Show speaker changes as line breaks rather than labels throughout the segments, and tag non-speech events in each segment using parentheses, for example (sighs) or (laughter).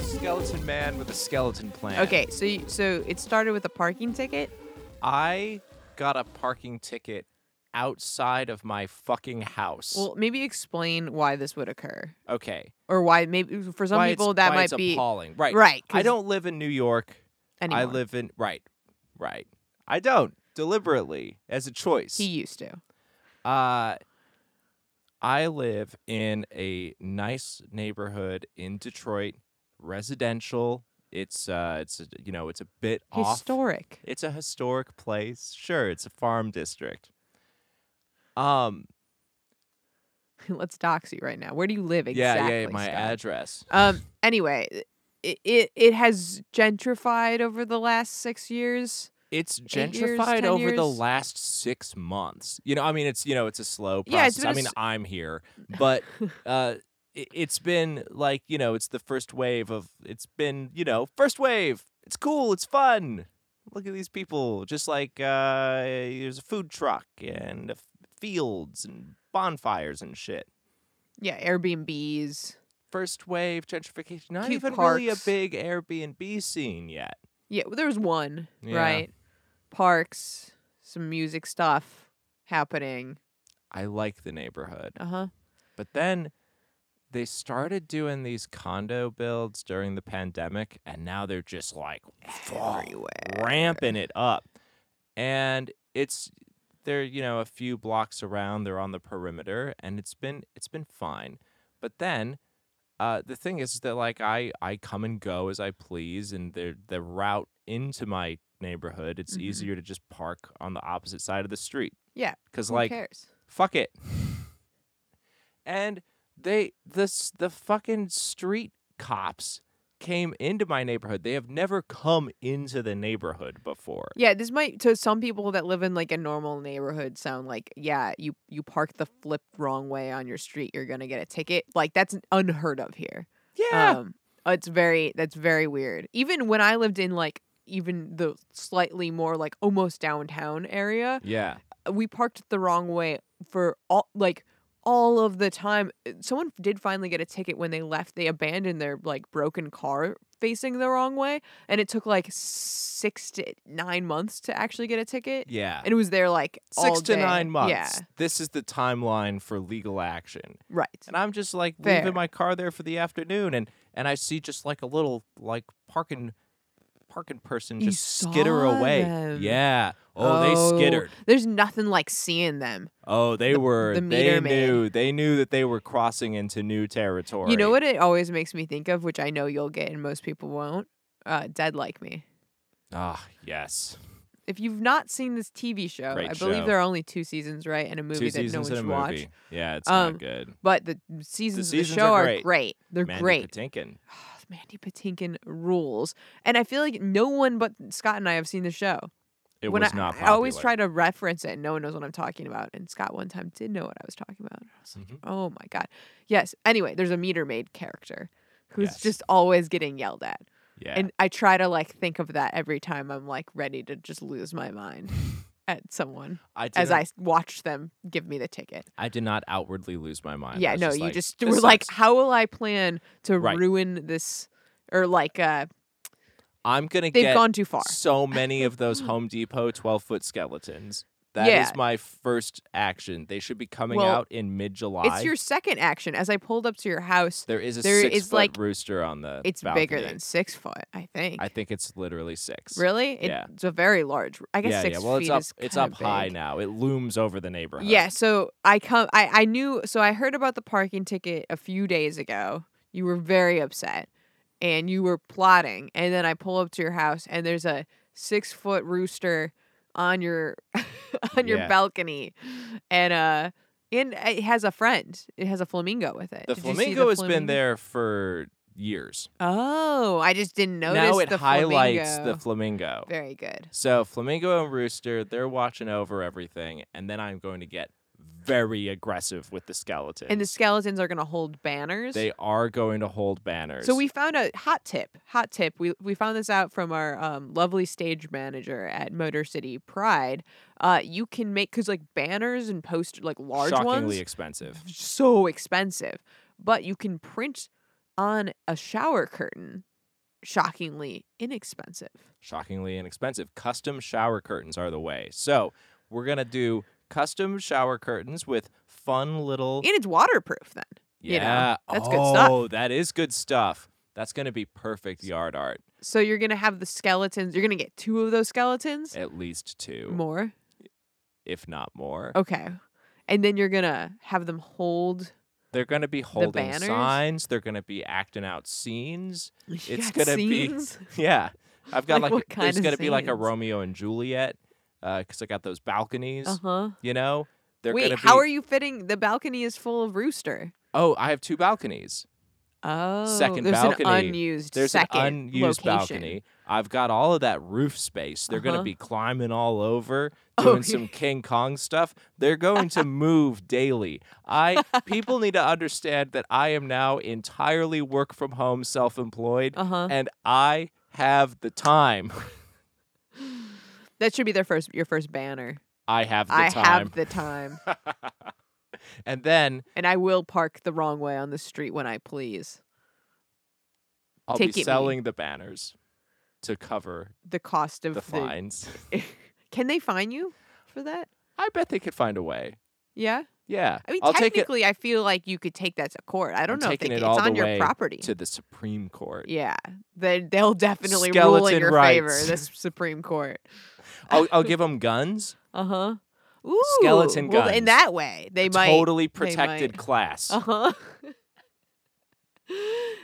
Skeleton man with a skeleton plan.
Okay, so you, so it started with a parking ticket.
I got a parking ticket outside of my fucking house.
Well, maybe explain why this would occur,
okay.
or why maybe for some
Why it's-
people that
why
might
it's
be
appalling. Right.
right,
I
'cause
don't live in New York.
anymore.
I live in right. Right. I don't deliberately as a choice.
He used to.
Uh I live in a nice neighborhood in Detroit, residential. It's uh it's a- you know, it's a bit off.
Historic. (laughs)
It's a historic place. Sure, it's a farm district. Um
Let's dox you right now. Where do you live exactly?
yeah, yeah, my
Scott?
address.
Um. Anyway, it, it it has gentrified over the last six years.
It's
Eight years,
gentrified
10
over the
years?
last six months. You know, I mean, it's you know, it's a slow process.
Yeah, it's
I
been a
mean,
s-
i I'm
(laughs)
here, but uh, it, it's been like you know, it's the first wave of. It's been you know, first wave. It's cool. It's fun. Look at these people. Just like uh, there's a food truck and f- fields and bonfires and shit.
Yeah, Airbnbs.
First wave gentrification. Not
Cute
even really a
parks.
big Airbnb scene yet.
Yeah, well, there was one,
Yeah.
right? Parks, some music stuff happening.
I like the neighborhood.
Uh huh.
But then they started doing these condo builds during the pandemic, and now they're just like
Everywhere.
ramping it up. And it's they're you know a few blocks around. They're on the perimeter, and it's been it's been fine. But then. Uh, the thing is that like I, I come and go as I please, and the the route into my neighborhood, it's
Mhm.
easier to just park on the opposite side of the street.
Yeah,
because
Who
like
cares?
fuck it. And they this the fucking street cops came into my neighborhood. They have never come into the neighborhood before.
Yeah, this might to some people that live in like a normal neighborhood sound like yeah, you you park the flip wrong way on your street, you're gonna get a ticket. Like that's unheard of here. Um, it's very that's very weird. Even when I lived in like even the slightly more like almost downtown area,
yeah.
we parked the wrong way for all like all of the time. Someone did finally get a ticket when they left. They abandoned their like broken car facing the wrong way, and it took like six to nine months to actually get a ticket.
Yeah.
And it was there like all
Six to
day.
nine months.
Yeah,
This is the timeline for legal action.
right.
And I'm just like
Fair.
leaving my car there for the afternoon and and I see just like a little like parking parking person
You
just skitter
saw
away.
them.
Yeah. oh, they skittered.
There's nothing like seeing them.
Oh, they
The-
were.
the
they
meter man.
knew. They knew that they were crossing into new territory.
You know what it always makes me think of, which I know you'll get and most people won't. Uh, Dead like me.
Ah, yes.
If you've not seen this TV show,
Great
I believe
show.
there are only two seasons, right, and a
Two
movie that no
seasons
one should
in a
watch.
movie. Yeah, it's
Um,
not good.
But the seasons,
The seasons
of the show
are
are
great.
great. They're
Mandy
great. (sighs)
Patinkin.
Mandy Patinkin rules, and I feel like no one but Scott and I have seen the show.
It
when
was
I,
not.
I always
popular.
try to reference it, and no one knows what I'm talking about. And Scott one time did know what I was talking about. I was like,
Mhm.
"Oh my god, yes." Anyway, there's a meter maid character who's
Yes.
just always getting yelled at,
Yeah.
and I try to like think of that every time I'm like ready to just lose
(laughs)
my mind at someone
I
as
didn't-
I watch them give me the ticket.
I did not outwardly lose my mind. I
Yeah,
was
no,
just
you
like,
just
"This
were like,
sucks.
how will I plan to
Right.
ruin this? Or like, uh,
I'm gonna
they've
get
gone too far.
so many of those Home Depot 12 foot skeletons. That is
Yeah.
my first action. They should be coming
Well,
out in mid July.
It's your second action. As I pulled up to your house,
There is a
there
six
is,
foot
like-
rooster on the.
it's bigger
balcony.
than six foot, I think.
I think it's literally six.
really? It-
yeah.
It's a very large. I guess
yeah,
six
yeah. Well,
feet
it's up.
is
it's
kinda
up high
big.
now. It looms over the neighborhood.
Yeah. So I come. I I knew. So I heard about the parking ticket a few days ago. You were very upset, and you were plotting. And then I pull up to your house, and there's a six foot rooster on your (laughs) on your
Yeah.
balcony, and uh, and it has a friend. It has a flamingo with it.
The
Did you see
flamingo has been
flamingo?
there for years.
Oh, I just didn't notice.
now it
the
highlights the
flamingo.
flamingo.
very good.
So flamingo and rooster, they're watching over everything, and then I'm going to get very aggressive with the skeletons.
And the skeletons are going to hold banners.
they are going to hold banners.
so we found a hot tip. Hot tip. We we found this out from our um, lovely stage manager at Motor City Pride. Uh, you can make because like banners and poster like large
shockingly
ones
expensive.
so expensive. But you can print on a shower curtain, shockingly inexpensive.
shockingly inexpensive. Custom shower curtains are the way. So we're gonna do custom shower curtains with fun little
And it's waterproof then.
yeah.
you know, that's
oh,
good stuff.
that is good stuff. That's gonna be perfect yard art.
So you're going to have the skeletons. You're going to get two of those skeletons.
At least two,
More.
if not more.
Okay. And then you're going to have them hold. (laughs)
They're gonna be holding
banners?
signs. They're gonna be acting out scenes. (laughs)
You
It's
got
gonna be- (laughs)
scenes?
Yeah, I've got
Like,
like,
what
there's
kind of
gonna be like a
scenes?
Romeo and Juliet because I got those balconies.
Uh-huh.
You know, they're
Wait,
gonna be.
how are you fitting? The balcony is full of rooster.
oh, I have two balconies.
Oh,
Second
there's an
balcony.
unused
There's
second
an unused
location.
balcony. I've got all of that roof space. They're going
Uh-huh.
to be climbing all over,
Oh,
doing
yeah.
some King Kong stuff. They're going to move daily.
(laughs)
I people need to understand that I am now entirely work from home, self-employed,
Uh-huh.
and I have the time.
That should be their first your first banner.
I have the
I
time.
have the time.
and then
and I will park the wrong way on the street when I please.
I'll
Ticket
be
me.
selling the banners to cover
The cost of
the fines.
Can they fine you for that?
I bet they could find a way.
Yeah.
Yeah.
I mean,
will take it
technically, I feel like you could take that to court. I don't know if they
taking it
can. It's
all the
on your
way
property.
to the Supreme Court.
Yeah, they they'll definitely rule in
Skeleton
your favor.
rights.
This Supreme Court.
I'll,
(laughs)
I'll give them guns.
Uh huh. Ooh,
Skeleton
well, in
guns.
that way they might.
totally
might.
protected class.
Uh huh. (laughs)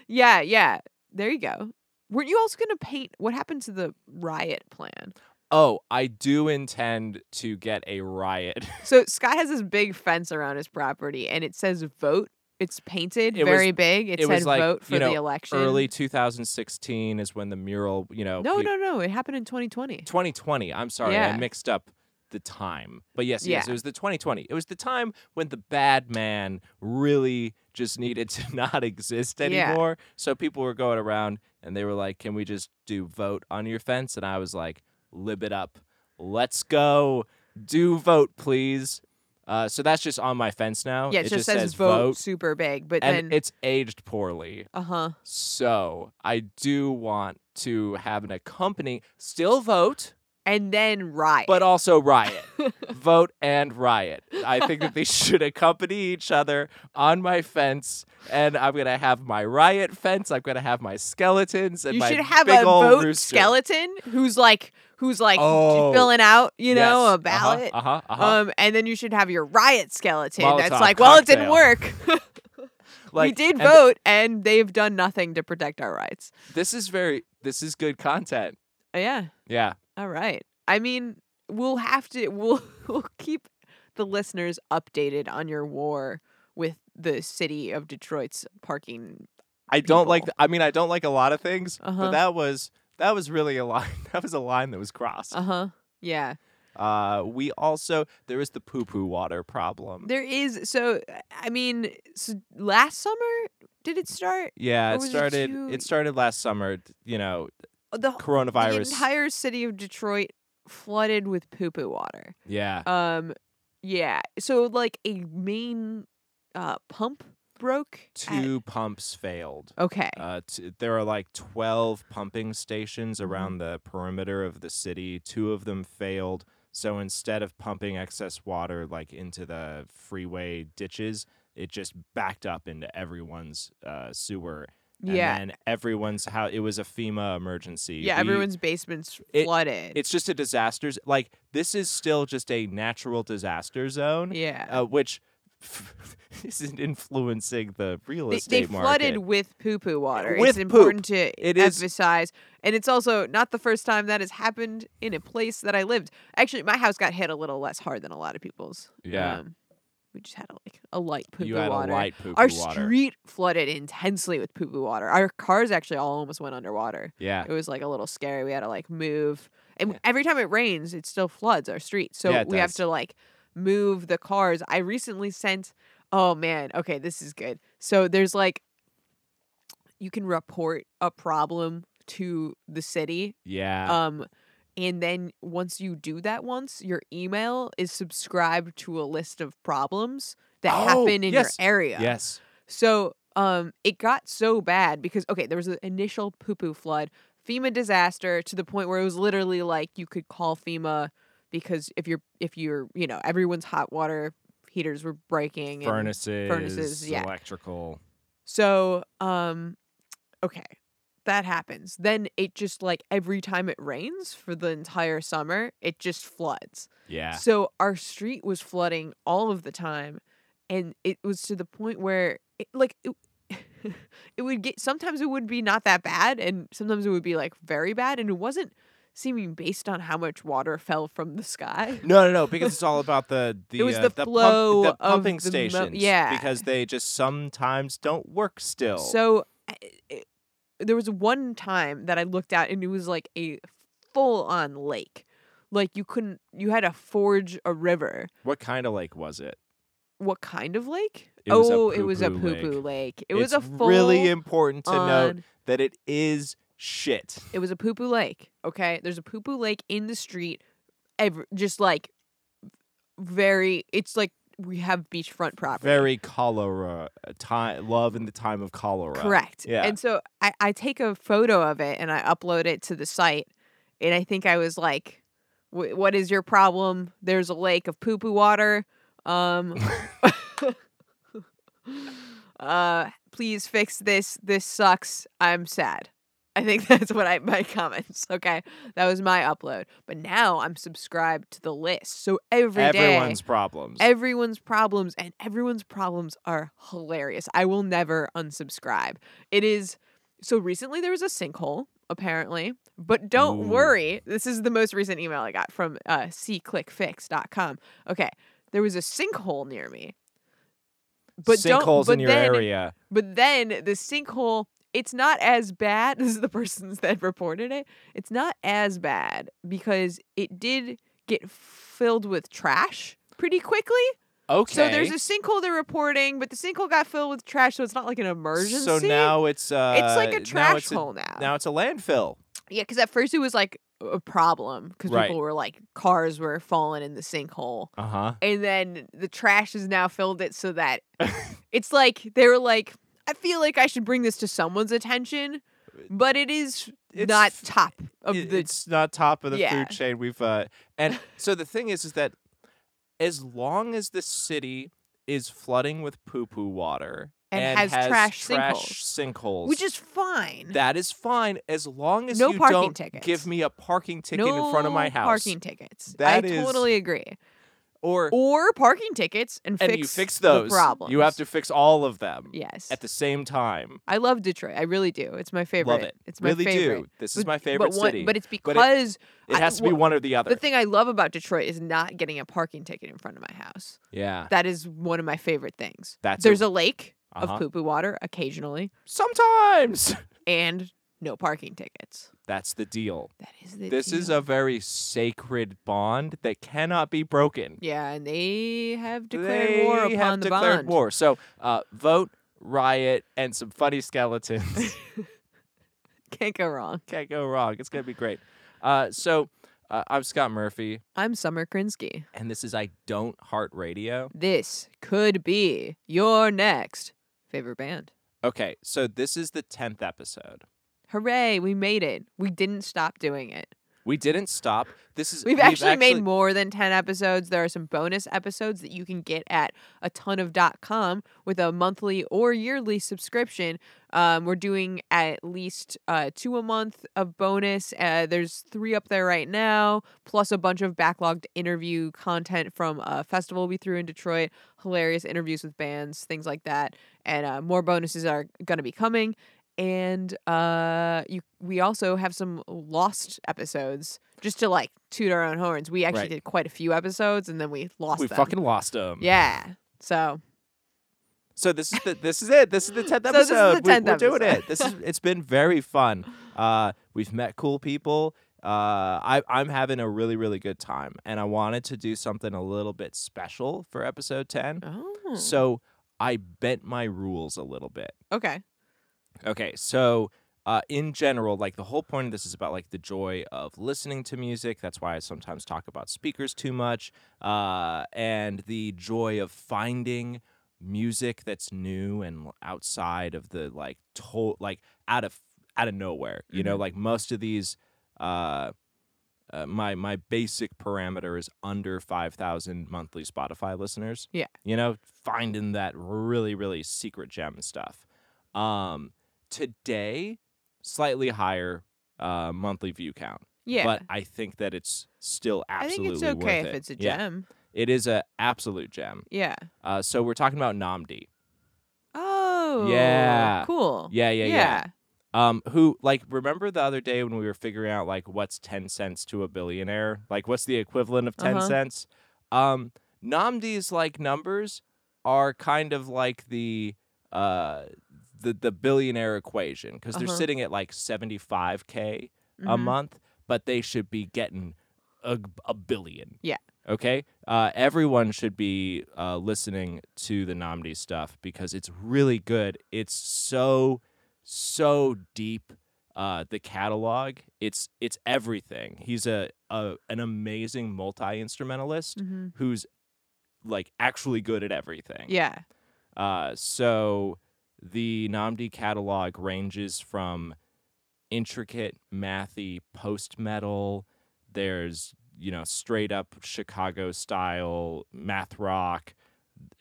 yeah, yeah. There you go. Weren't you also gonna paint? What happened to the riot plan?
Oh, I do intend to get a riot.
So Scott has this big fence around his property, and it says "vote." It's painted
It was-
very big. It,
it
said
was like,
"vote for
you
the
know,
election."
Early 2016 is when the mural, you know,
No,
we-
no, no. It happened in 2020.
2020. I'm sorry,
Yeah.
I mixed up the time. But yes, yes,
Yeah.
it was the 2020. It was the time when the bad man really just needed to (laughs) not exist
Yeah.
anymore. So people were going around and they were like, "Can we just do vote on your fence?" And I was like, "Lib it up. Let's go. Do vote, please." Uh, so that's just on my fence now.
Yeah,
it
it, just, says, vote, super big, but
and
then
it's aged poorly.
uh huh.
So I do want to have an accompany still vote
and then riot.
but also riot. Vote and riot. I think that they should accompany each other on my fence, and I'm gonna have my riot fence. I'm gonna have my skeletons and
you
my
should have
big
a
old
vote
rooster.
skeleton who's like who's like
Oh,
filling out, you know,
Yes.
a ballot.
Uh huh. Uh-huh, uh-huh.
Um, and then you should have your riot skeleton that's
Molotov
like, well, it didn't
cocktail.
work. (laughs) we
Like,
did
and
vote, and they've done nothing to protect our rights. Uh,
th- this is very. This is good content.
Yeah.
Yeah.
All right. I mean, we'll have to. (laughs) We'll we'll keep the listeners updated on your war with the city of Detroit's parking.
I don't like.
People.
th- I mean, I don't like a lot of things,
Uh-huh.
but that was that was really a line. (laughs) That was a line that was crossed.
Uh huh. Yeah.
Uh, we also there is the poo poo water problem.
There is so I mean so last summer did it start
Yeah,
Or
it
was it
started. It,
too- Oh,
started last summer. d- You know,
the, the
coronavirus.
entire city of Detroit flooded with poo poo water.
yeah,
Um yeah, so like a main uh pump broke. at-
two pumps failed.
okay.
Uh, t- there are like twelve pumping stations
Mm-hmm.
around the perimeter of the city. Two of them failed. So instead of pumping excess water like into the freeway ditches, it just backed up into everyone's uh, sewer.
yeah.
and then everyone's how it was a FEMA emergency.
yeah,
We-
everyone's basements
it-
flooded.
It's just a disasters. Like this is still just a natural disaster zone.
yeah.
(laughs) uh, which isn't influencing the real
they,
estate
they flooded
market.
with poo poo water.
With
it's
poop.
important to
It is-
emphasize, and it's also not the first time that has happened in a place that I lived. Actually, my house got hit a little less hard than a lot of people's.
Yeah.
Um, we just had a, like a light poo poo
you had
water.
a light poop
Our
water.
street flooded intensely with poo poo water. Our cars actually all almost went underwater.
yeah.
It was like a little scary. We had to like move, and every time it rains, it still floods our street. So
Yeah, it
we have
does.
to like move the cars. I recently sent oh man, okay, this is good. So there's like you can report a problem to the city.
Yeah.
Um and then once you do that once, your email is subscribed to a list of problems that
Oh,
happen in
yes.
your area.
yes.
So um it got so bad because okay, there was an initial poo poo flood, FEMA disaster to the point where it was literally like you could call FEMA because if you're if you're you know, everyone's hot water heaters were breaking and
Furnaces.
yeah.
Electrical.
so, um, okay, that happens. Then it just like every time it rains for the entire summer, it just floods.
Yeah.
So our street was flooding all of the time, and it was to the point where, it, like, it, (laughs) it would get sometimes it would be not that bad, and sometimes it would be like very bad, and it wasn't seeming based on how much water fell from the sky.
No, no, no, because it's all about the the
was
uh,
the
pump-
flow of
the pumping
the mo-
stations.
yeah.
because they just sometimes don't work still.
So I- I- there was one time that I looked out and it was like a full on lake. Like you couldn't you had to forge a river.
what kind of lake was it?
What kind of lake?
It was a
oh, it was a
poo-poo
poo
lake.
poo lake. It was
It's
a full
really important to note
on-
that it is shit.
It was a poo poo lake. Okay, there's a poo poo lake in the street. Every, just like very, it's like we have beachfront property.
Very cholera. Time, love in the time of cholera.
Correct.
Yeah.
And so I, I take a photo of it and I upload it to the site. And I think I was like, "Wh- what is your problem? There's a lake of poo poo water.
(laughs)
Um, (laughs) uh, please fix this. This sucks. I'm sad. I think (laughs) that's what I my comments. Okay. That was my upload. But now I'm subscribed to the list. So every day-
Everyone's problems.
everyone's problems and everyone's problems are hilarious i will never unsubscribe it is so recently there was a sinkhole apparently but don't
Ooh.
worry this is the most recent email i got from uh, cclickfix.com okay there was a sinkhole near me but don't-
Sinkholes
but
in your
then-
area.
but then the sinkhole, it's not as bad. (laughs) This is the persons that reported it. It's not as bad because it did get filled with trash pretty quickly.
Okay.
So there's a sinkhole they're reporting, but the sinkhole got filled with trash, so it's not like an emergency.
So now it's uh,
it's like
now
a trash
it's a-
hole now.
Now it's a landfill.
Yeah, because at first it was like a problem because
Right.
people were like cars were falling in the sinkhole.
Uh huh.
and then the trash has now filled it so that
(laughs)
it's like they were like i feel like i should bring this to someone's attention but it is
It's
not
f-
top of
it-
the
it's not top of the
Yeah.
food chain. We've uh, and so the thing is, is that as long as the city is flooding with poo poo water
And has trash
sinkholes,
which is fine
that is fine as long as
No
you
parking
don't give
tickets.
me a parking ticket
no
in front of my house
parking tickets
That
i
is-
totally agree
or
or parking tickets and,
and
fix,
you fix those.
the problems
You have to fix all of them
yes
at the same time.
i love detroit i really do it's my favorite
Love it.
it's my
really
favorite
do. This is
But-
my favorite
but one-
city.
but it's
it-
because
it
I-
has to be
wha-
one or the other.
the thing i love about detroit is not getting a parking ticket in front of my house
yeah.
That is one of my favorite things.
That's
There's
a-
a, lake
Uh-huh.
of poo poo water occasionally
Sometimes. (laughs)
and no parking tickets.
That's the deal.
That is the
This is
deal.
a very sacred bond that cannot be broken.
Yeah, and they have declared war
They
upon
have
the
declared
bond.
war. So uh, vote, riot, and some funny
(laughs)
skeletons. (laughs)
Can't go wrong.
Can't go wrong. It's gonna be great. Uh, so uh, I'm Scott Murphy,
I'm Summer Krinsky.
and this is I Don't Heart Radio.
This could be your next favorite band.
Okay, so this is the tenth episode.
Hooray, we made it. We didn't stop doing it.
We didn't stop. This is
We've, actually, made more than 10 episodes. There are some bonus episodes that you can get at a ton of .com with a monthly or yearly subscription. Um, we're doing at least uh, two a month of bonus. Uh, there's three up there right now, plus a bunch of backlogged interview content from a festival we threw in Detroit, hilarious interviews with bands, things like that. And uh, more bonuses are going to be coming. And uh, you, we also have some lost episodes just to like toot our own horns. We actually
Right.
did quite a few episodes and then we lost
We
them.
fucking lost them.
yeah. So
So this is the this is it. This is the tenth
So this is
episode.
the 10th
we, are doing
episode.
it. This is it's been very fun. Uh, we've met cool people. uh, I, I'm having a really, really good time. And I wanted to do something a little bit special for episode 10.
Oh.
So I bent my rules a little bit.
okay.
Okay, so uh, in general, like the whole point of this is about like the joy of listening to music. That's why I sometimes talk about speakers too much, uh, and the joy of finding music that's new and outside of the like to- like out of out of nowhere. You know,
Mhm.
like most of these. Uh, uh, my my basic parameter is under 5000 monthly spotify listeners
Yeah.
you know finding that really really secret gem stuff um today slightly higher uh monthly view count
Yeah.
but i think that it's still
I
absolutely
think it's okay
worth
if
it.
it's a
Yeah,
gem.
it is a absolute gem
Yeah.
uh so we're talking about namdi
Oh.
Yeah.
Cool.
yeah yeah yeah, Um, who like remember the other day when we were figuring out like what's ten cents to a billionaire? Like what's the equivalent of 10
Uh-huh.
cents? Um, Namdi's like numbers are kind of like the uh the the billionaire equation because they're
Uh-huh.
sitting at like seventy five k a
Mhm.
month, but they should be getting a, g- a billion.
Yeah.
Okay. Uh, everyone should be uh, listening to the Namdi stuff because it's really good. It's so so deep. Uh, the catalog. It's it's everything. He's a, a an amazing multi instrumentalist
Mhm.
who's like actually good at everything.
Yeah.
Uh, so the Namdi catalog ranges from intricate, mathy post metal. There's you know straight up Chicago style math rock,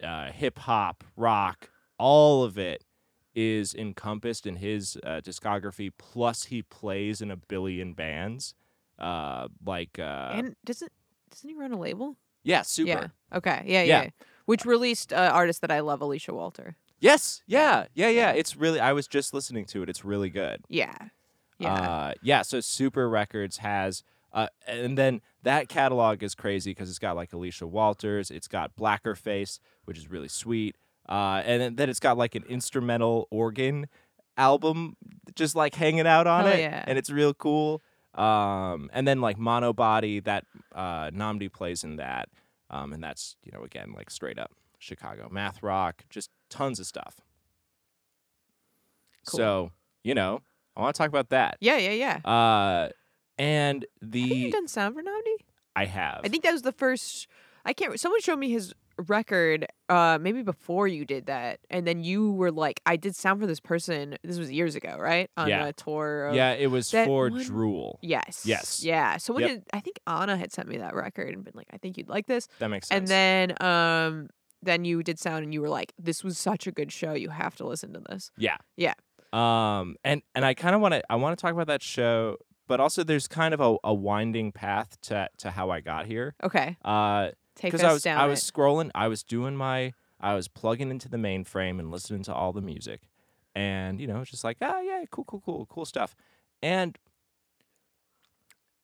uh, hip hop rock. All of it is encompassed in his uh, discography. Plus, he plays in a billion bands. Uh, like uh,
and doesn't doesn't he run a label?
yeah, super.
Yeah. Okay. Yeah.
Yeah.
Yeah. Which released uh, artist that I love, Alicia Walter.
Yes, yeah, yeah, yeah. It's really. I was just listening to it. It's really good.
Yeah. Yeah.
Uh, yeah. So Super Records has, uh, and then that catalog is crazy because it's got like Alicia Walters, it's got Blackerface, which is really sweet, uh, and then- then it's got like an instrumental organ album just like hanging out on
Hell
it,
Oh, yeah.
and it's real cool. Um, and then like Monobody, that uh, Namdi plays in that, um, and that's you know again like straight up Chicago math rock, just tons of stuff.
Cool.
So you know, I want to talk about that.
yeah. Yeah. Yeah.
Uh, and
I think you've
the
done sound for Namdi.
I have.
I think that was the first. I can't. Someone showed me his record, uh, maybe before you did that, and then you were like, "I did sound for this person." This was years ago, right? On
Yeah.
a tour. Of,
yeah, it was
that
for
one-
Drool.
Yes.
Yes.
Yeah. Someone
Yep.
did. I think Anna had sent me that record and been like, "I think you'd like this,"
That makes sense.
and then, um, then you did sound, and you were like, "This was such a good show. You have to listen to this."
yeah,
Yeah.
Um, and and I kind of want to I want to talk about that show, but also there's kind of a, a winding path to to how I got here.
Okay.
Uh,
Take us
because I was
down.
I
it.
was scrolling, I was doing my, I was plugging into the mainframe and listening to all the music, and you know, it's just like, ah, yeah, cool, cool, cool, cool stuff, and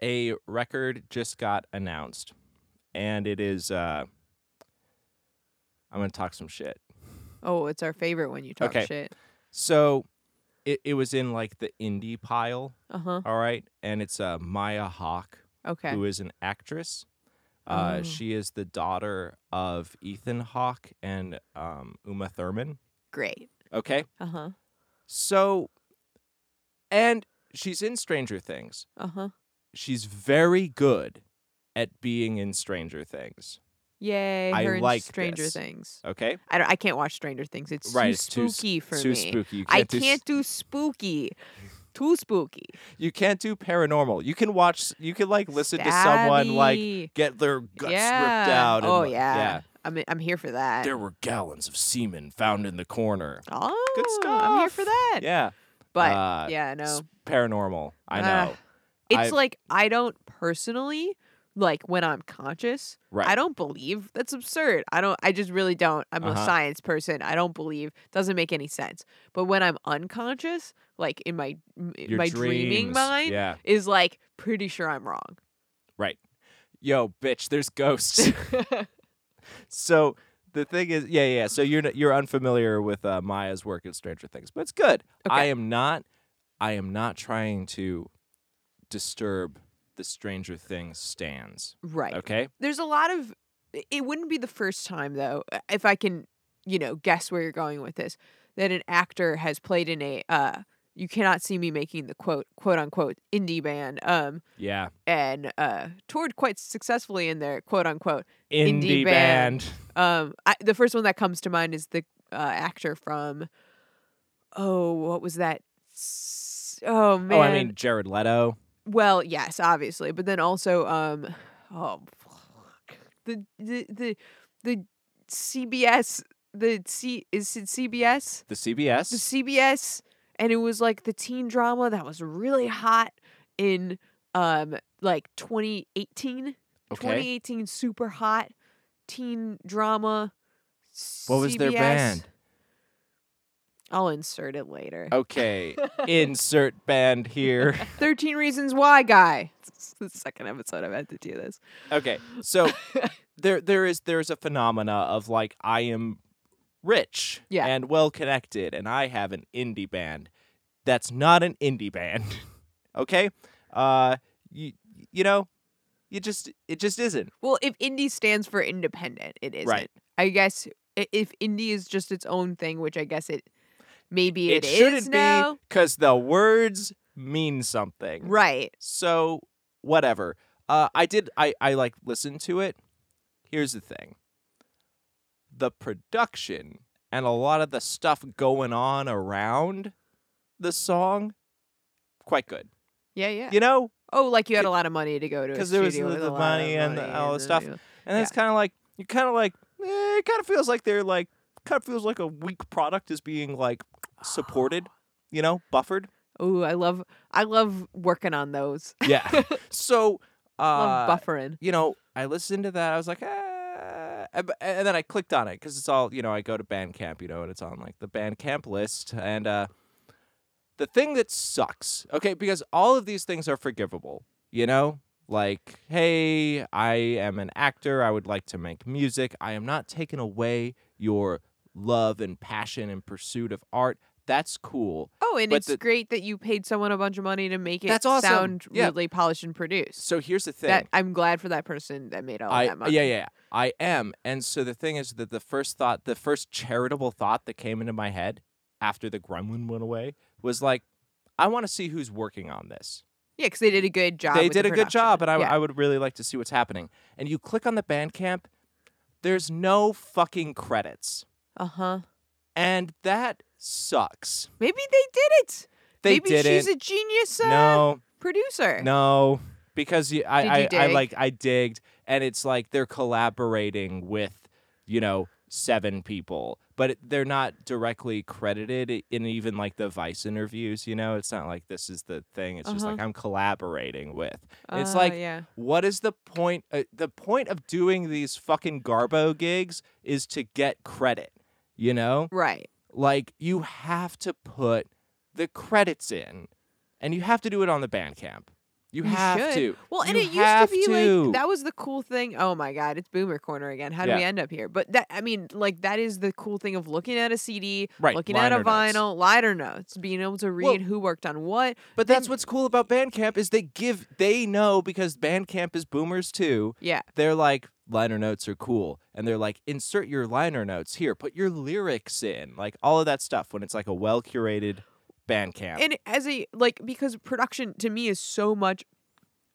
a record just got announced, and it is, uh I'm gonna talk some shit.
Oh, it's our favorite when you talk
Okay.
shit.
So, it it was in like the indie pile,
Uh huh.
all right, and it's uh Maya Hawk
Okay.
who is an actress. Uh,
Oh.
She is the daughter of Ethan Hawke and um, Uma Thurman.
Great.
Okay,
Uh huh.
so and she's in Stranger Things.
Uh huh.
She's very good at being in Stranger Things.
Yay!
I
her and
like
Stranger
this.
Things.
Okay,
I don't. I can't watch Stranger Things. It's
Right,
too
it's too s-
spooky for
too
me.
spooky. (laughs) You
I
do s-
can't do spooky. Too spooky.
you can't do paranormal. You can watch. You can like listen to someone like
Stabby.
get their guts ripped
Yeah.
out. and,
oh
like-
yeah. I'm I'm here for that.
There were gallons of semen found in the corner.
oh,
Good
I'm here
stuff.
for that.
Yeah,
But
uh,
yeah, no.
s- paranormal. I know.
Ah. it's
I've-
like I don't personally like when I'm conscious.
right.
I don't believe. That's absurd. I don't I just really don't. I'm
Uh-huh.
a science person. I don't believe. Doesn't make any sense. But when I'm unconscious, like in my m-
Your
my dreaming
dreams.
mind
Yeah.
is like pretty sure I'm wrong.
Yo, bitch, there's
(laughs)
ghosts. so the thing is, yeah, yeah. So you're n- you're unfamiliar with uh, Maya's work in Stranger Things, but it's good. I
Okay.
am not. I am not trying to disturb the Stranger Things stands.
Right.
Okay.
There's a lot of. It wouldn't be the first time, though, uh, if I can, you know, guess where you're going with this, that an actor has played in a. Uh, you cannot see me making the quote quote unquote indie band um
Yeah.
and uh toured quite successfully in their quote unquote
Indie,
Indie
band.
band. um I, the first one that comes to mind is the uh, actor from oh what was that S- oh man
Oh, I mean Jared Leto.
well yes obviously but then also um oh fuck. the the the the CBS the C is it CBS
The CBS.
the CBS and it was like the teen drama that was really hot in um like 2018
okay.
2018 super hot teen drama
What was their
CBS.
band? Oh.
I'll insert it later. (laughs)
Okay. Insert band here.
13 Reasons Why guy. (laughs) It's the second episode I've had to do this.
Okay.
(laughs)
So there there is there's a phenomena of like I am rich
Yeah.
and well connected and I have an indie band. That's not an indie band. (laughs) okay? Uh you you know, you just it just isn't.
Well, if indie stands for independent, it isn't.
Right.
I guess i- if indie is just its own thing, which I guess it maybe
it
it is
shouldn't
now.
be cuz the words mean something.
Right.
So whatever. Uh, I did. I I like listened to it. Here's the thing. The production and a lot of the stuff going on around the song, quite good.
Yeah, yeah.
You know,
Oh, like you had a lot of money to go to a
'Cause there was
studio
the-
with
the
a lot of
money and the- all the stuff.
the-
and it's kind of like you kind of like eh, it kind of feels like they're like kind of feels like a weak product is being like supported. You know, buffered.
Ooh, I love I love working on those.
Yeah. so uh,
love buffering.
you know, I listened to that. I was like, ah. and- and then I clicked on it because it's all, you know, I go to Bandcamp, you know, and it's on like the Bandcamp list. And uh, the thing that sucks, okay, because all of these things are forgivable, you know, like, hey, I am an actor. I would like to make music. I am not taking away your love and passion and pursuit of art. That's cool.
Oh, and
but
it's
the-
great that you paid someone a bunch of money to make it
That's awesome.
sound
Yeah.
really polished and produced.
So here's the thing.
That I'm glad for that person that made all
I,
that money.
Yeah, yeah. I am. And so the thing is that the first thought, the first charitable thought that came into my head after the gremlin went away was like, I want to see who's working on this.
Yeah, because they did a good job.
they
with the
did a good job, and
production.
I,
Yeah.
I would really like to see what's happening. And you click on the Bandcamp, there's no fucking credits.
Uh huh.
And that sucks.
Maybe they did it.
They
Maybe
didn't.
she's a genius uh,
no,
producer.
no. Because you, I,
Did
I,
you
I
dig?
like I digged, and it's like they're collaborating with, you know, seven people, but it- they're not directly credited i- in even like the Vice interviews. You know, it's not like this is the thing. It's just
Uh-huh.
like I'm collaborating with. It's
Oh,
like,
yeah.
What is the point? Uh, the point of doing these fucking Garbo gigs is to get credit. You know,
Right.
like you have to put the credits in, and you have to do it on the Bandcamp. You,
You
have
should.
to.
Well, and
You
it used
have
to be
to.
like that was the cool thing. Oh my God, it's Boomer Corner again. How do we
Yeah.
end up here? But that I mean, like that is the cool thing of looking at a CD,
Right,
looking at a
liner notes.
vinyl, liner notes, being able to read
Well-
who worked on what.
But that's what's cool about Bandcamp is they give they know because Bandcamp is boomers too.
Yeah,
They're like liner notes are cool and they're like insert your liner notes here, put your lyrics in, like all of that stuff when it's like a well curated Bandcamp.
and as a like because production to me is so much.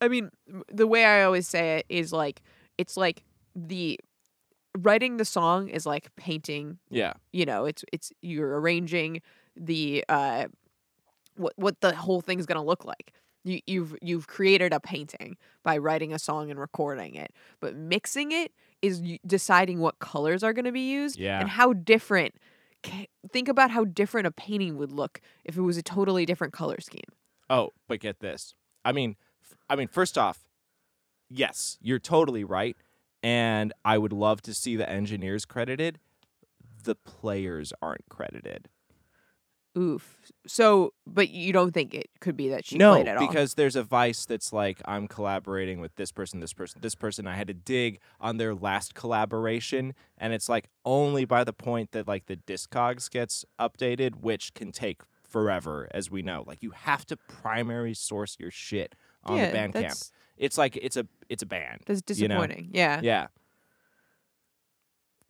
I mean, m- the way I always say it is like it's like the writing the song is like painting
yeah.
you know it's it's you're arranging the uh what what the whole thing's going to look like you you've you've created a painting by writing a song and recording it but mixing it is y- deciding what colors are going to be used
Yeah.
and how different ca- think about how different a painting would look if it was a totally different color scheme
Oh, but get this. I mean, f- I mean, first off, yes, you're totally right, and I would love to see the engineers credited. The players aren't credited.
oof so but you don't think it could be that she
no,
played at all
because there's a vice that's like I'm collaborating with this person, this person, this person. I had to dig on their last collaboration, and it's like only by the point that like the discogs gets updated, which can take forever, as we know. Like you have to primary source your shit on
yeah,
the Bandcamp.
that's-
it's like it's a it's a band.
That's
You know?
disappointing. Yeah.
Yeah.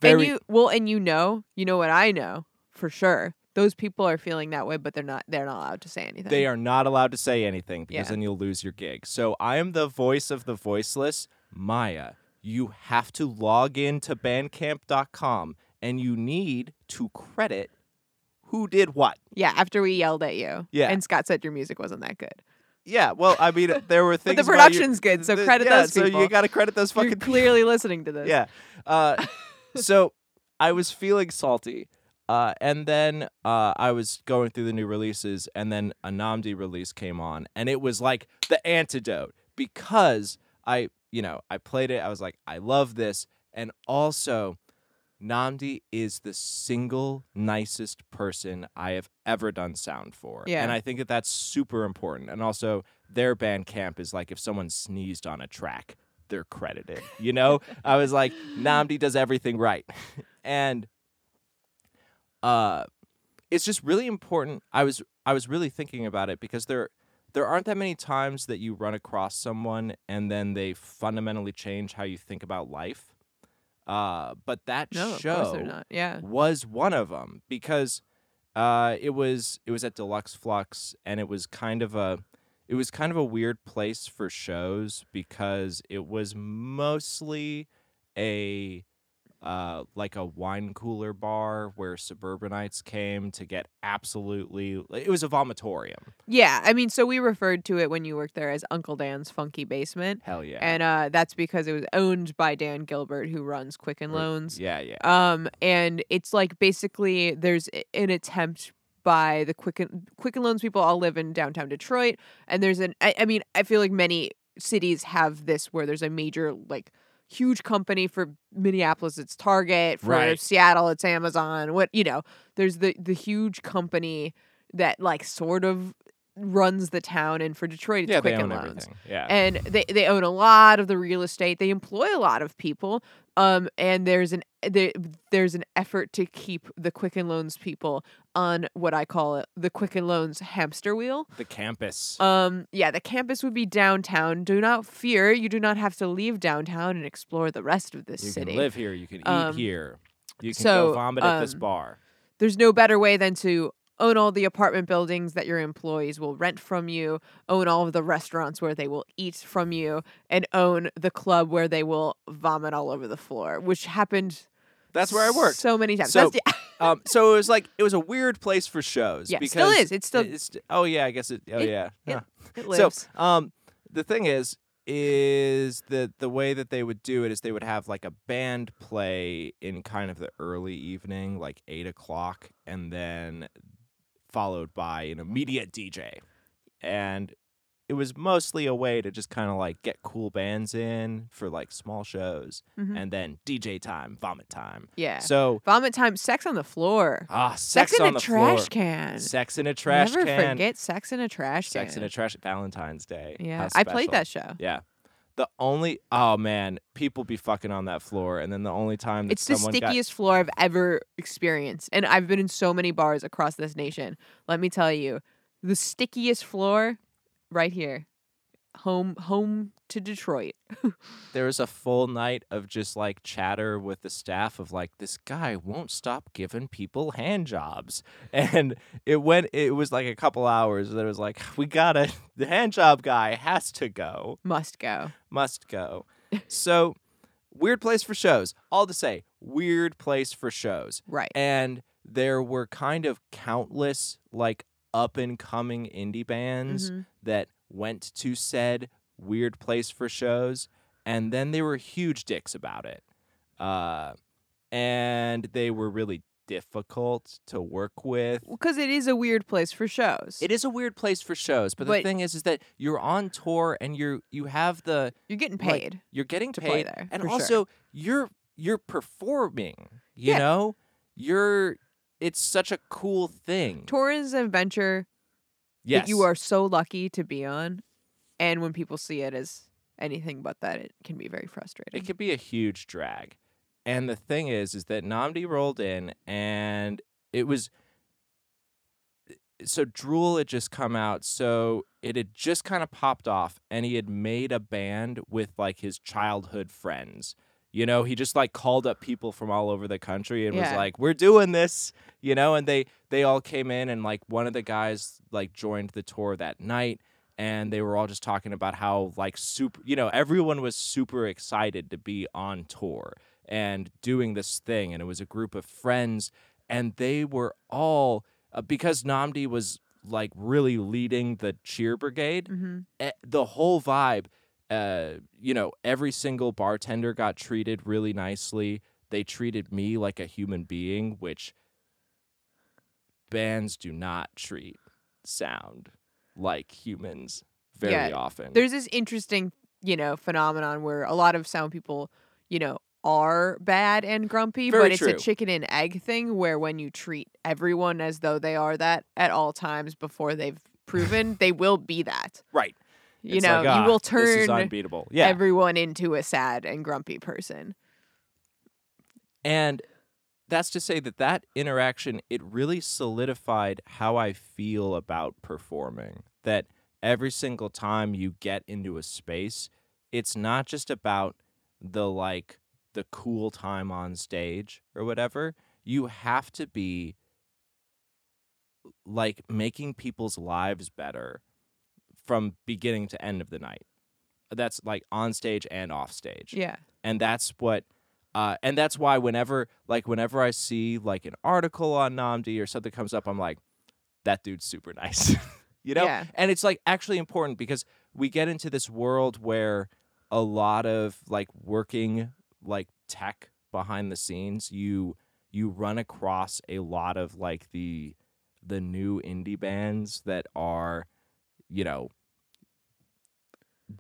and you well, and you know, you know what I know for sure. Those people are feeling that way, but they're not. They're not allowed to say anything.
They are not allowed to say anything because
Yeah.
then you'll lose your gig. So I am the voice of the voiceless, Maya. You have to log in to bandcamp.com and you need to credit who did what.
Yeah. After we yelled at you.
Yeah.
And Scott said your music wasn't that good,
Yeah, well, I
(laughs)
mean, there were
but
things.
the
about your-
production's good, so
the-
credit
yeah,
those
So
people.
you got to credit those
You're
fucking people.
clearly listening to this.
Yeah.
(laughs)
Uh, so I was feeling salty. Uh, and then uh, I was going through the new releases, and then a Namdi release came on, and it was like the antidote because I, you know, I played it. I was like, I love this. And also, Namdi is the single nicest person I have ever done sound for.
Yeah.
And I think that that's super important. And also, their band camp is like if someone sneezed on a track, they're credited. You know, I was like, Namdi does everything right, (laughs) and uh, it's just really important. I was I was really thinking about it because there there aren't that many times that you run across someone and then they fundamentally change how you think about life. Uh, but that
No,
show
of course they're not. Yeah.
was one of them because uh, it was it was at Deluxe Flux and it was kind of a it was kind of a weird place for shows because it was mostly a uh, like a wine cooler bar where suburbanites came to get absolutely it was a vomitorium
Yeah. I mean, so we referred to it when you worked there as Uncle Dan's Funky Basement.
hell yeah
and uh, that's because it was owned by Dan Gilbert, who runs Quicken
Or-
Loans.
yeah yeah
Um, and it's like basically there's i- an attempt by the Quicken Quicken Loans people all live in downtown Detroit, and there's an I, I mean I feel like many cities have this where there's a major like huge company for Minneapolis it's Target for
Right.
Seattle it's Amazon what you know there's the the huge company that like sort of runs the town and for Detroit it's
yeah they
Quicken
own
Loans
everything yeah
and they, they own a lot of the real estate they employ a lot of people um and there's an there, there's an effort to keep the quicken loans people on what i call it the quicken loans hamster wheel
the campus
um yeah the campus would be downtown do not fear you do not have to leave downtown and explore the rest of this
you
city
can live here you can eat
Um,
here you can go
so,
vomit at this
um,
bar
there's no better way than to own all the apartment buildings that your employees will rent from you, own all of the restaurants where they will eat from you, and own the club where they will vomit all over the floor, which happened.
that's where i worked
So many times.
So-
That's, yeah,
um, so it was like it was a weird place for shows.
Yeah,
because
still is. It's still-
oh yeah, I guess it. Oh
It-
yeah.
it-
Huh. (laughs)
it
so
lives.
um, the thing is, is that the way that they would do it is they would have like a band play in kind of the early evening, like eight o'clock, and then followed by an immediate DJ, and it was mostly a way to just kind of like get cool bands in for like small shows,
Mhm.
and then DJ time, vomit time.
yeah.
So
Vomit time, sex on the floor.
Ah, sex,
in
on
a
the
trash
floor.
can.
Sex in a trash
Never
can.
forget sex in a trash
sex in
can.
a trash Valentine's Day.
yeah,
How
I played
special.
that show.
Yeah. The only oh man, people be fucking on that floor, and then the only time that
It's the
someone got
stickiest floor I've ever experienced. And I've been in so many bars across this nation. Let me tell you, the stickiest floor right here. Home home to Detroit.
there was a full night of just like chatter with the staff of like this guy won't stop giving people hand jobs, (laughs) and it went. It was like a couple hours. That it was like we gotta the hand job guy has to go.
Must go.
must
(laughs)
go. So, weird place for shows. All to say, weird place for shows.
Right.
And there were kind of countless like up and coming indie bands
Mhm.
that went to said weird place for shows, and then they were huge dicks about it. Uh, and they were really difficult to work with.
Because it is a weird place for shows.
It is a weird place for shows, but the
But-
thing is, is that you're on tour and you're you have the
You're getting
like,
paid.
you're getting
to
paid
play there,
and
for sure.
also you're you're performing you
Yeah.
know you're it's such a cool thing
Tour is an adventure
yes
that you are so lucky to be on. And when people see it as anything but that, it can be very frustrating.
it could be a huge drag and the thing is is that namdi rolled in and it was so Drool had just come out, so it had just kind of popped off, and he had made a band with like his childhood friends. You know, he just like called up people from all over the country and was
Yeah.
like, "We're doing this," you know, and they they all came in and like one of the guys like joined the tour that night, and they were all just talking about how like super, you know, everyone was super excited to be on tour and doing this thing, and it was a group of friends, and they were all uh, because Namdi was like really leading the cheer brigade
hmm
e- the whole vibe uh you know every single bartender got treated really nicely they treated me like a human being which bands do not treat sound like humans very
Yeah,
often
There's this interesting, you know, phenomenon where a lot of sound people, you know, are bad and grumpy,
Very
but
true.
it's a chicken and egg thing where when you treat everyone as though they are that at all times before they've
(laughs)
proven they will be that.
right
You
It's
know,
like, "Ah,
you will
this is
turn
unbeatable yeah
everyone into a sad and grumpy person.
And that's to say that that interaction it really solidified how I feel about performing. That every single time you get into a space, it's not just about the like the cool time on stage or whatever. You have to be like making people's lives better from beginning to end of the night. That's like on stage and off stage
Yeah.
and that's what uh, and that's why whenever like whenever i see like an article on namdi or something comes up i'm like that dude's super nice (laughs) you know
Yeah.
and it's like actually important because we get into this world where a lot of like working like tech behind the scenes you you run across a lot of like the the new indie bands that are you know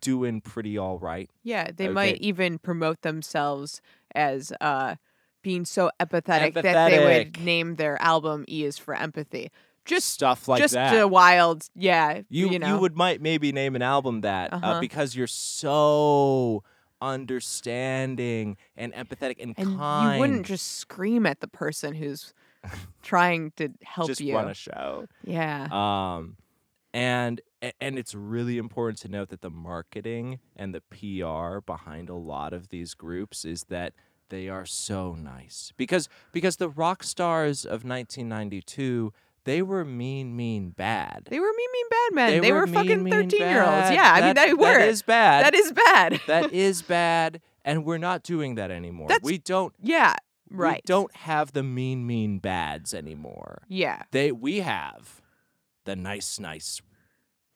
doing pretty all right
Yeah, they
Okay.
might even promote themselves as uh, being so empathetic, that they
Empathetic.
would name their album "E is for Empathy." Just,
stuff like
just
that
a wild, yeah.
You you,
know,
would might maybe name an album that uh,
Uh-huh.
because you're so understanding and empathetic and,
and
kind.
you wouldn't just scream at the
(laughs)
person who's trying to help
just
you.
run a show.
yeah,
Um, and a- and it's really important to note that the marketing and the PR behind a lot of these groups is that they are so nice because because the rock stars of 1992 they were mean mean bad.
they were mean, mean bad men. They, were,
mean,
fucking
mean,
thirteen-year-olds.
bad.
Yeah, I mean
That-
they were.
that is bad.
that is bad. (laughs)
that is bad and we're not doing that anymore
That's-
we don't
yeah, right.
we don't have the mean mean bads anymore
Yeah,
they we have the nice nice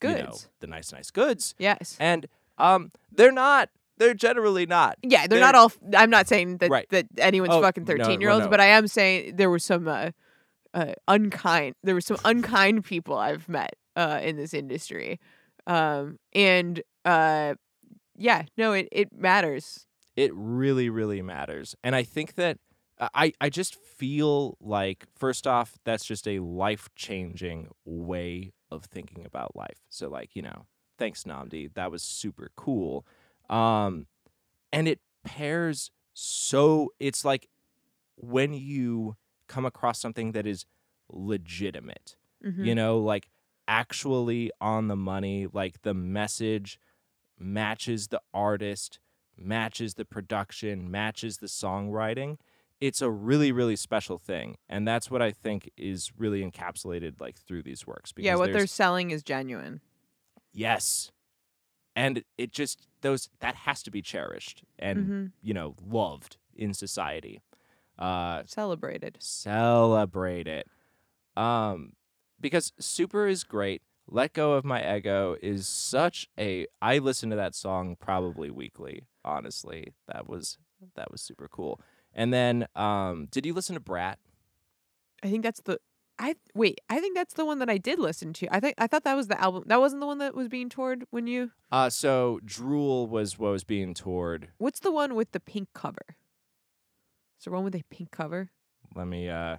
you
goods.
know, the nice nice goods
Yes.
and um they're not they're generally not
Yeah, they're,
They're-
not all. I'm not saying that
Right.
that anyone's
Oh,
fucking
no, well,
thirteen year olds,
no.
but I am saying there were some uh, uh, unkind. There were some unkind people I've met uh, in this industry, um, and uh, yeah, no, it it matters.
it really really matters and i think that uh, i i just feel like first off that's just a life changing way of thinking about life so like you know thanks namdi that was super cool um and it pairs so it's like when you come across something that is legitimate
Mhm.
you know like actually on the money like the message matches the artist matches the production matches the songwriting it's a really really special thing and that's what i think is really encapsulated like through these works because
yeah, what
there's
they're selling is genuine.
yes and it just those that has to be cherished and
Mhm.
you know loved in society uh
Celebrated.
celebrate it um because super is great let go of my ego is such a i listen to that song probably weekly honestly that was that was super cool and then um did you listen to brat
I think that's the. I wait. I think that's the one that I did listen to. I think I thought that was the album. That wasn't the one that was being toured when you.
uh so drool was what was being toured
What's the one with the pink cover? Is there one with a pink cover?
let me uh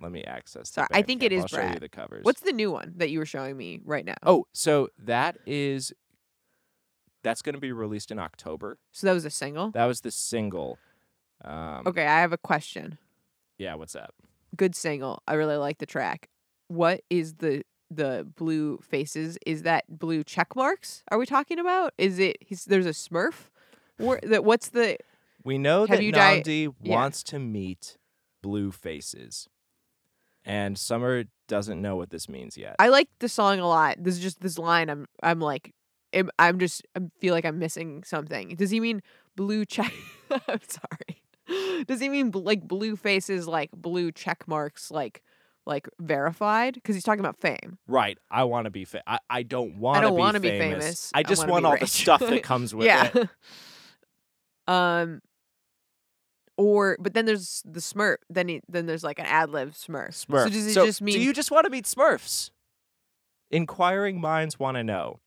let me access the
Sorry, I
Bandcamp.
think it is
I'll show you
Brat.
the covers
What's the new one that you were showing me right now?
oh so that is that's going to be released in october
So that was a single?
that was the single um
Okay, I have a question.
yeah what's up
Good single. I really like the track. what is the the blue faces? Is that blue check marks? Are we talking about? Is it? He's, there's a Smurf. Where, that what's the?
We know
Have
that
you di-
Namdi
Yeah.
wants to meet blue faces, and Summer doesn't know what this means yet.
I like the song a lot. This is just this line. I'm I'm like, I'm, I'm just I feel like I'm missing something. Does he mean blue check? (laughs) I'm sorry. Does he mean bl- like blue faces, like blue check marks, like like verified? Because he's talking about fame.
right. I want to be. Fa- I I don't want
don't
to
wanna
be
be
famous.
famous.
I
I
just
wanna
want
be
all the
rich.
stuff that comes with
(laughs) yeah.
it.
um. Or but then there's the Smurf. Then he, then there's like an ad lib Smurf.
Smurf.
So does it just mean
do you just want to meet Smurfs? Inquiring minds want to know.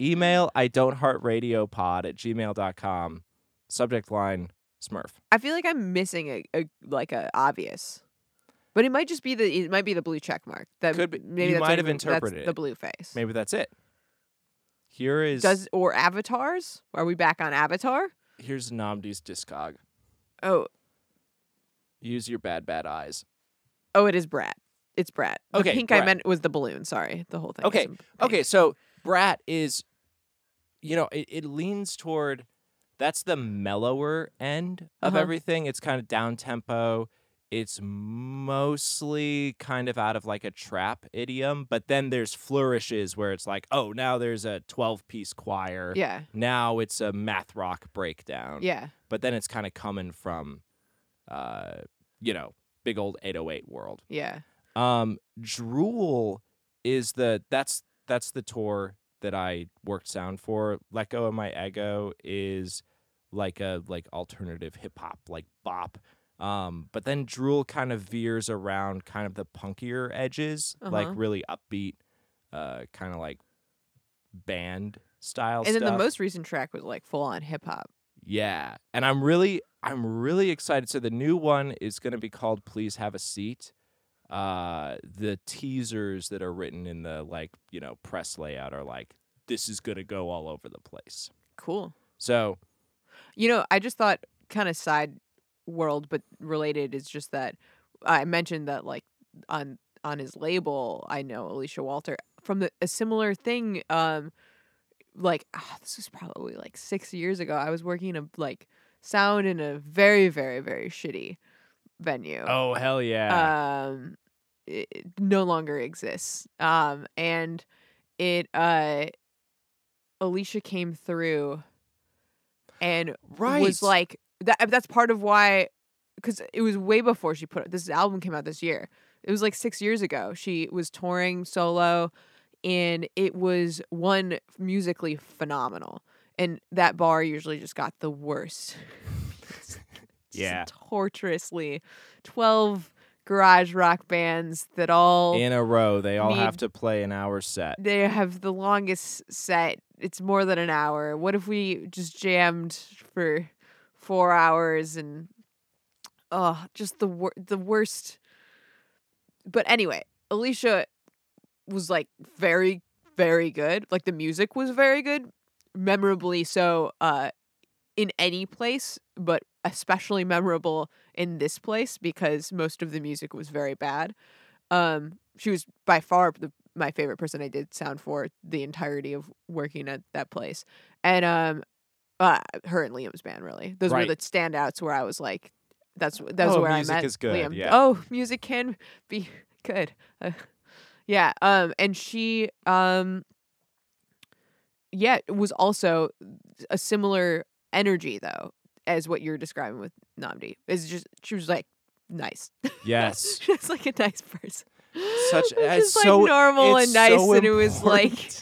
Email I don't heart radio pod at gmail.com. Subject line Smurf.
I feel like I'm missing a, a like a obvious, but it might just be the it might be the blue check mark that
Could be.
maybe
You
that's
might have
what it means. That's
interpreted
the
it.
blue face.
Maybe that's it. Here is
Does or avatars? Are we back on Avatar?
here's Namdi's discog.
Oh,
Use your bad bad eyes.
oh, it is Brat. It's Brat. The
Okay,
pink
Brat.
I meant was the balloon. Sorry, the whole thing. was
Okay,
in pink.
Okay, so Brat is, you know, it, it leans toward that's the mellower end of
Uh-huh.
everything. It's kind of down tempo. It's mostly kind of out of like a trap idiom, but then there's flourishes where it's like, oh, now there's a 12 piece choir.
Yeah,
Now it's a math rock breakdown.
yeah,
But then it's kind of coming from, uh, you know, big old 808 world.
yeah.
Um, Drool is the that's that's the tour that I worked sound for. Let Go of My Ego is like a like alternative hip hop like bop. Um, but then Drool kind of veers around kind of the punkier edges, like
Uh-huh.
really upbeat, uh, kind of like band style.
And then the
stuff.
most recent track was like full on hip hop.
Yeah. And I'm really I'm really excited. So the new one is going to be called Please Have a Seat. Uh the teasers that are written in the like, you know, press layout are like this is going to go all over the place.
Cool.
So,
You know, I just thought kind of side world but related is just that I mentioned that like on on his label, I know Alicia Walter from the a similar thing um like ah, this was probably like 6 years ago. I was working a like sound in a very very very shitty venue
oh hell yeah.
um it it no longer exists um and it uh alicia came through and
right.
was like that that's part of why because it was way before she put this album came out this year it was like six years ago she was touring solo and it was one musically phenomenal and that bar usually just got the worst (laughs) Just
Yeah.
torturously 12 garage rock bands that all
in a row, they all have
need-
to play an hour set.
they have the longest set. It's more than an hour. What if we just jammed for four hours and oh, just the wor- the worst. But anyway, Alicia was like very very good. Like the music was very good, memorably so. Uh, in any place, but especially memorable in this place because most of the music was very bad. Um, she was by far the my favorite person I did sound for the entirety of working at that place. And um uh her and Liam's band really. Those
Right.
were the standouts where I was like that's that's
Oh,
where
music
I met
is good,
Liam.
yeah.
(laughs) Oh, music can be (laughs) good. Uh, yeah, um and she um yeah, it was also a similar energy though as what you're describing with Namdi. It's just she was like nice. (laughs)
Yes.
She's like a nice person. (laughs)
Such-
It was
it's
just, like
so-
normal
it's
and nice,
so
and it was like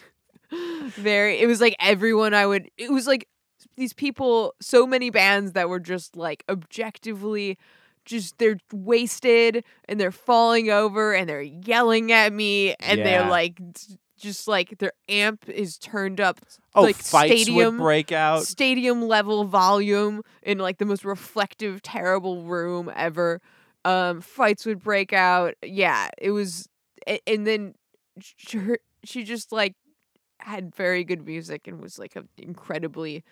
important.
very. It was like everyone I would. It was like these people, so many bands that were just like objectively, just they're wasted and they're falling over and they're yelling at me and
Yeah.
they're like d- just like their amp is turned up
oh,
like
fights
stadium-
would break out.
stadium level volume in like the most reflective terrible room ever um fights would break out yeah it was a- and then she, her- she just like had very good music and was like an incredibly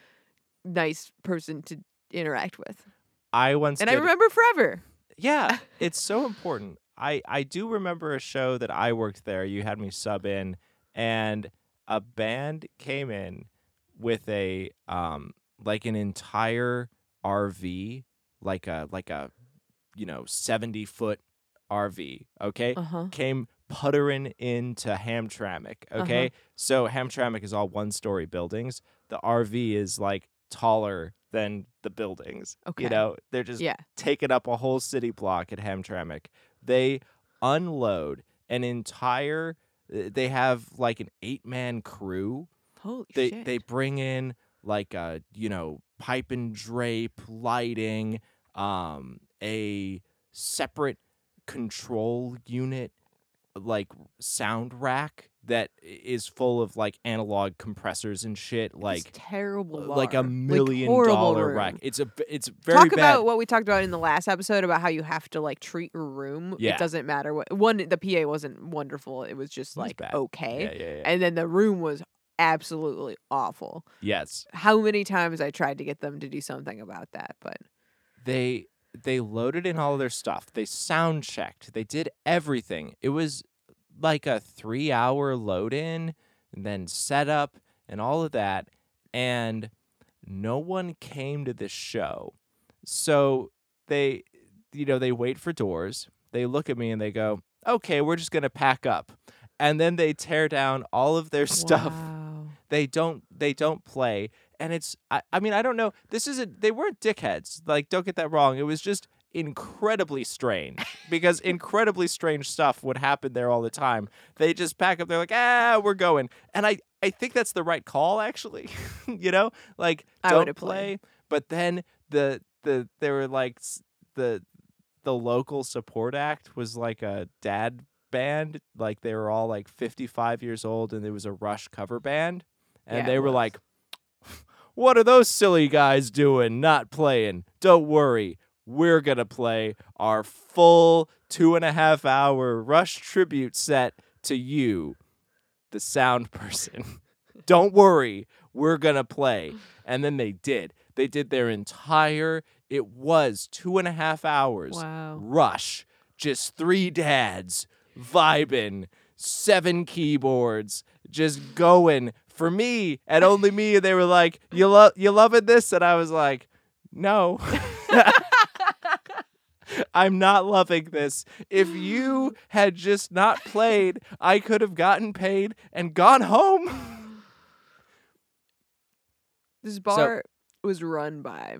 nice person to interact with
I once
and i
did
remember forever
Yeah, it's so important. I I do remember a show that I worked there. You had me sub in, and a band came in with a um like an entire RV, like a like a you know seventy foot RV. Okay,
Uh huh.
came puttering into Hamtramck. Okay, so Hamtramck is all one story buildings. The RV is like taller than the buildings.
Okay.
You know, they're just
Yeah.
taking up a whole city block at Hamtramck. They unload an entire. eh, They have like an eight man crew.
Holy
They
shit.
they bring in like a you know pipe and drape lighting, um, a separate control unit, like sound rack that is full of like analog compressors and shit,
This
like
terrible.
like a
bar.
million dollar
horrible room.
rack. It's a it's very
Talk
bad.
about what we talked about in the last episode about how you have to like treat your room.
Yeah.
It doesn't matter what one the PA wasn't wonderful. It was just
It was
like
bad.
okay.
Yeah, yeah, yeah.
And then the room was absolutely awful.
yes.
How many times I tried to get them to do something about that, but
They they loaded in all their stuff. They sound checked. They did everything. It was like a 3-hour load in and then setup and all of that and no one came to this show. So they you know, they wait for doors. They look at me and they go, "Okay, we're just going to pack up." And then they tear down all of their (laughs) stuff.
Wow.
they don't they don't play and it's i, I mean i don't know this isn't they weren't dickheads like don't get that wrong it was just incredibly strange because incredibly strange stuff would happen there all the time they just pack up they're like ah we're going and i i think that's the right call actually (laughs) you know like
I
don't
would've
play
played.
but then the the they were like s- the the local support act was like a dad band like they were all like 55 years old and it was a rush cover band and
Yeah,
they
it
were
was.
like (laughs) what are those silly guys doing not playing don't worry we're gonna play our full two and a half hour rush tribute set to you the sound person (laughs) don't worry we're gonna play and then they did they did their entire it was two and a half hours
Wow.
Rush, just three dads vibing, seven keyboards, just going for me and only me. They were like, "You love, you loving this?" And I was like, "No." (laughs) I'm not loving this. If you had just not played, I could have gotten paid and gone home.
This bar was run by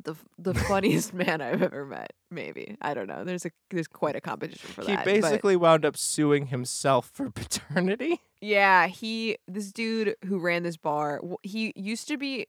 the f- the funniest (laughs) man I've ever met. Maybe I don't know. There's a there's quite a competition for
He
that. but-
basically wound up suing himself for paternity.
yeah, he this dude who ran this bar. w- He used to be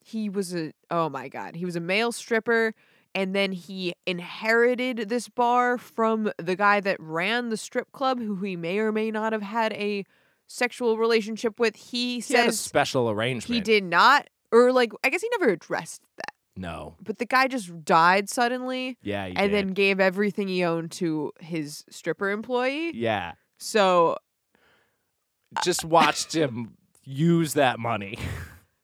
he was a oh my god he was a male stripper and then he inherited this bar from the guy that ran the strip club who he may or may not have had a sexual relationship with he,
He had a
says
special
he
arrangement.
did not or like i guess he never addressed that
No.
but the guy just died suddenly
Yeah. He
and
did.
then gave everything he owned to his stripper employee
Yeah.
so
just watched him use that money.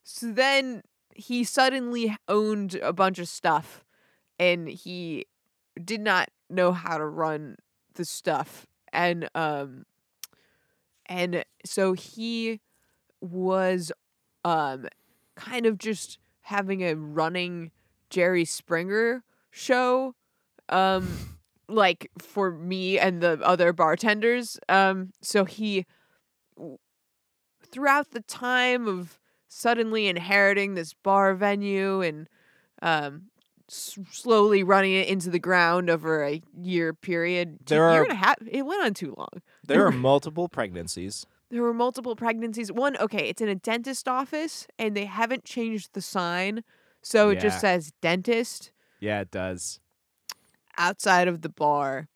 So then he suddenly owned a bunch of stuff and he did not know how to run the stuff and um and so he was um kind of just having a running Jerry Springer show um like for me and the other bartenders um so he throughout the time of suddenly inheriting this bar venue and um, s- slowly running it into the ground over a year period. two-
There
year
are-
and a half. It went on too long.
There (laughs) are multiple pregnancies.
There were multiple pregnancies. One, okay, it's in a dentist office and they haven't changed the sign, so it
Yeah.
just says dentist
Yeah, it does.
outside of the bar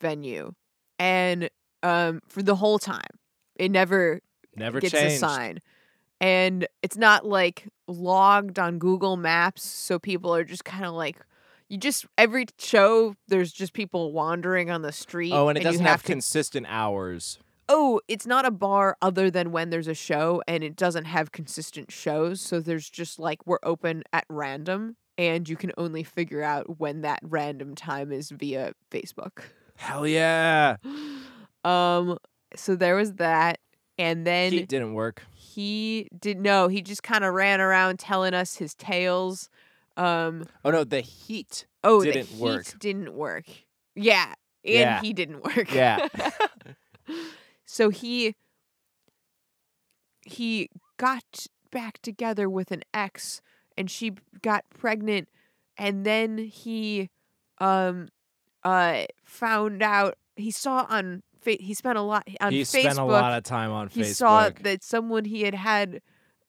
venue, and um, for the whole time, it never
Never
gets
changed.
a sign. And it's not like logged on Google Maps, so people are just kind of like you just every show there's just people wandering on the street.
Oh, and it
you
doesn't have,
to
consistent hours.
Oh, it's not a bar other than when there's a show and it doesn't have consistent shows, so there's just like we're open at random and you can only figure out when that random time is via Facebook. (laughs)
Hell yeah.
Um, so there was that, and then
It didn't work.
he did no, he just kind of ran around telling us his tales. Um,
Oh no, the heat.
oh,
Didn't
the heat
work.
didn't work. Yeah, and
Yeah.
he didn't work.
Yeah.
so he he got back together with an ex and she got pregnant and then he um uh found out he saw on fa- he spent a lot (laughs) on
he
Facebook
spent a lot of time on
he
Facebook.
saw that someone he had had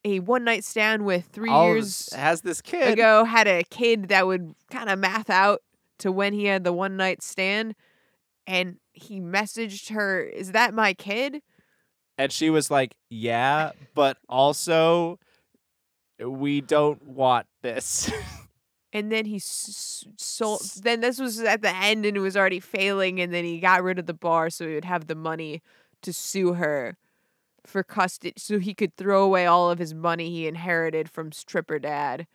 a one night stand with three
All of
years
us has this kid.
ago had a kid that would kind of math out to when he had the one night stand and he messaged her is that my kid
And she was like, Yeah, but also we don't want this. (laughs)
and then he s- s- sold then this was at the end and it was already failing and then he got rid of the bar so he would have the money to sue her for custody so he could throw away all of his money he inherited from stripper dad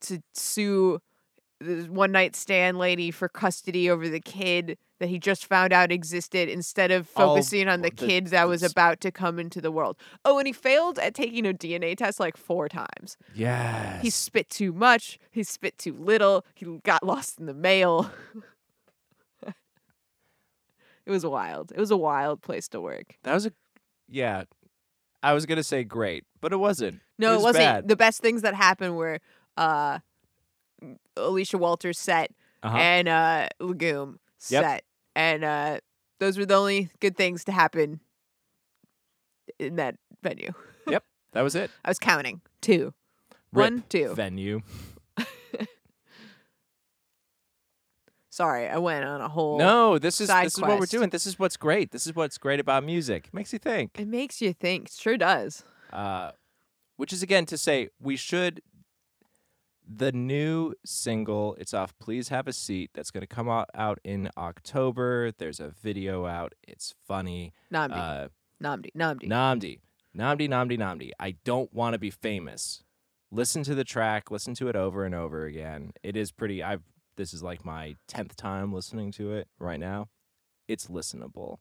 to sue this one night stand lady for custody over the kid that he just found out existed instead of
All
focusing on Oh, the,
the-
kid that was
this-
about to come into the world. Oh, and he failed at taking a DNA test like four times.
yes.
He spit too much. He spit too little. He got lost in the mail. (laughs) it was wild. It was a wild place to work.
that was a yeah. I was gonna say great, but it wasn't.
No, it,
was
was not
bad.
The best things that happened were uh, Alicia Walters set
Uh-huh.
and uh, Legume
Yep.
set, and uh, those were the only good things to happen in that venue.
that was it.
I was counting two.
Rip
One, two.
venue.
Sorry, I went on a whole.
No, this is
Side
this is what we're
quest.
doing. This is what's great. This is what's great about music. Makes you think.
It makes you think. It sure does.
Uh, which is again to say we should the new single it's off please have a seat that's going to come out, out in october there's a video out it's funny
Namdi,
uh
Namdi, Namdi.
namdi namdi namdi namdi i don't want to be famous listen to the track listen to it over and over again it is pretty i've this is like my 10th time listening to it right now it's
(laughs)
listenable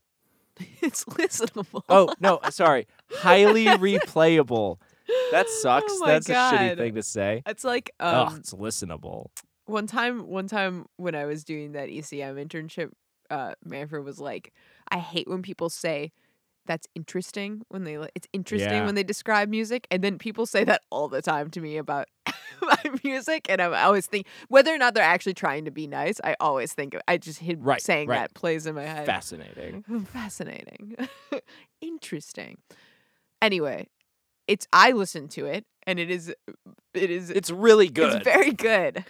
it's listenable.
oh no sorry
(laughs)
highly replayable that
Oh
sucks
my
that's a
God.
shitty thing to say
It's like
Oh,
um,
it's listenable.
one time, one time when I was doing that ECM internship, uh, Manfred was like, "I hate when people say." That's interesting when they li- it's interesting
Yeah.
when they describe music, and then people say that all the time to me about (laughs) my music, and I'm, I always think whether or not they're actually trying to be nice. I always think I just hit
Right,
saying
right.
that plays in my head.
Fascinating.
(laughs) Fascinating. (laughs) Interesting. Anyway, it's I listened to it and it is it is
It's really good.
it's very good.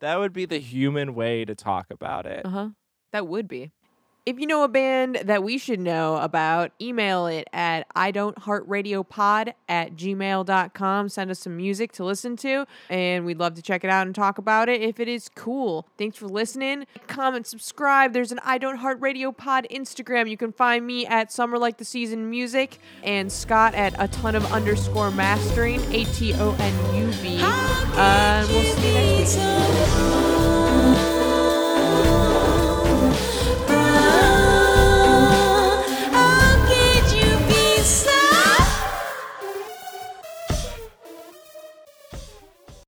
that would be the human way to talk about it.
Uh-huh. That would be. If you know a band that we should know about, email it at I don't heart radio pod at gmail.com. Send us some music to listen to, and we'd love to check it out and talk about it if it is cool. Thanks for listening. Comment, subscribe. There's an I Don't Heart Radio Pod Instagram. You can find me at Summer Like the Season Music and Scott at a ton of underscore mastering, A T O N U Uh, V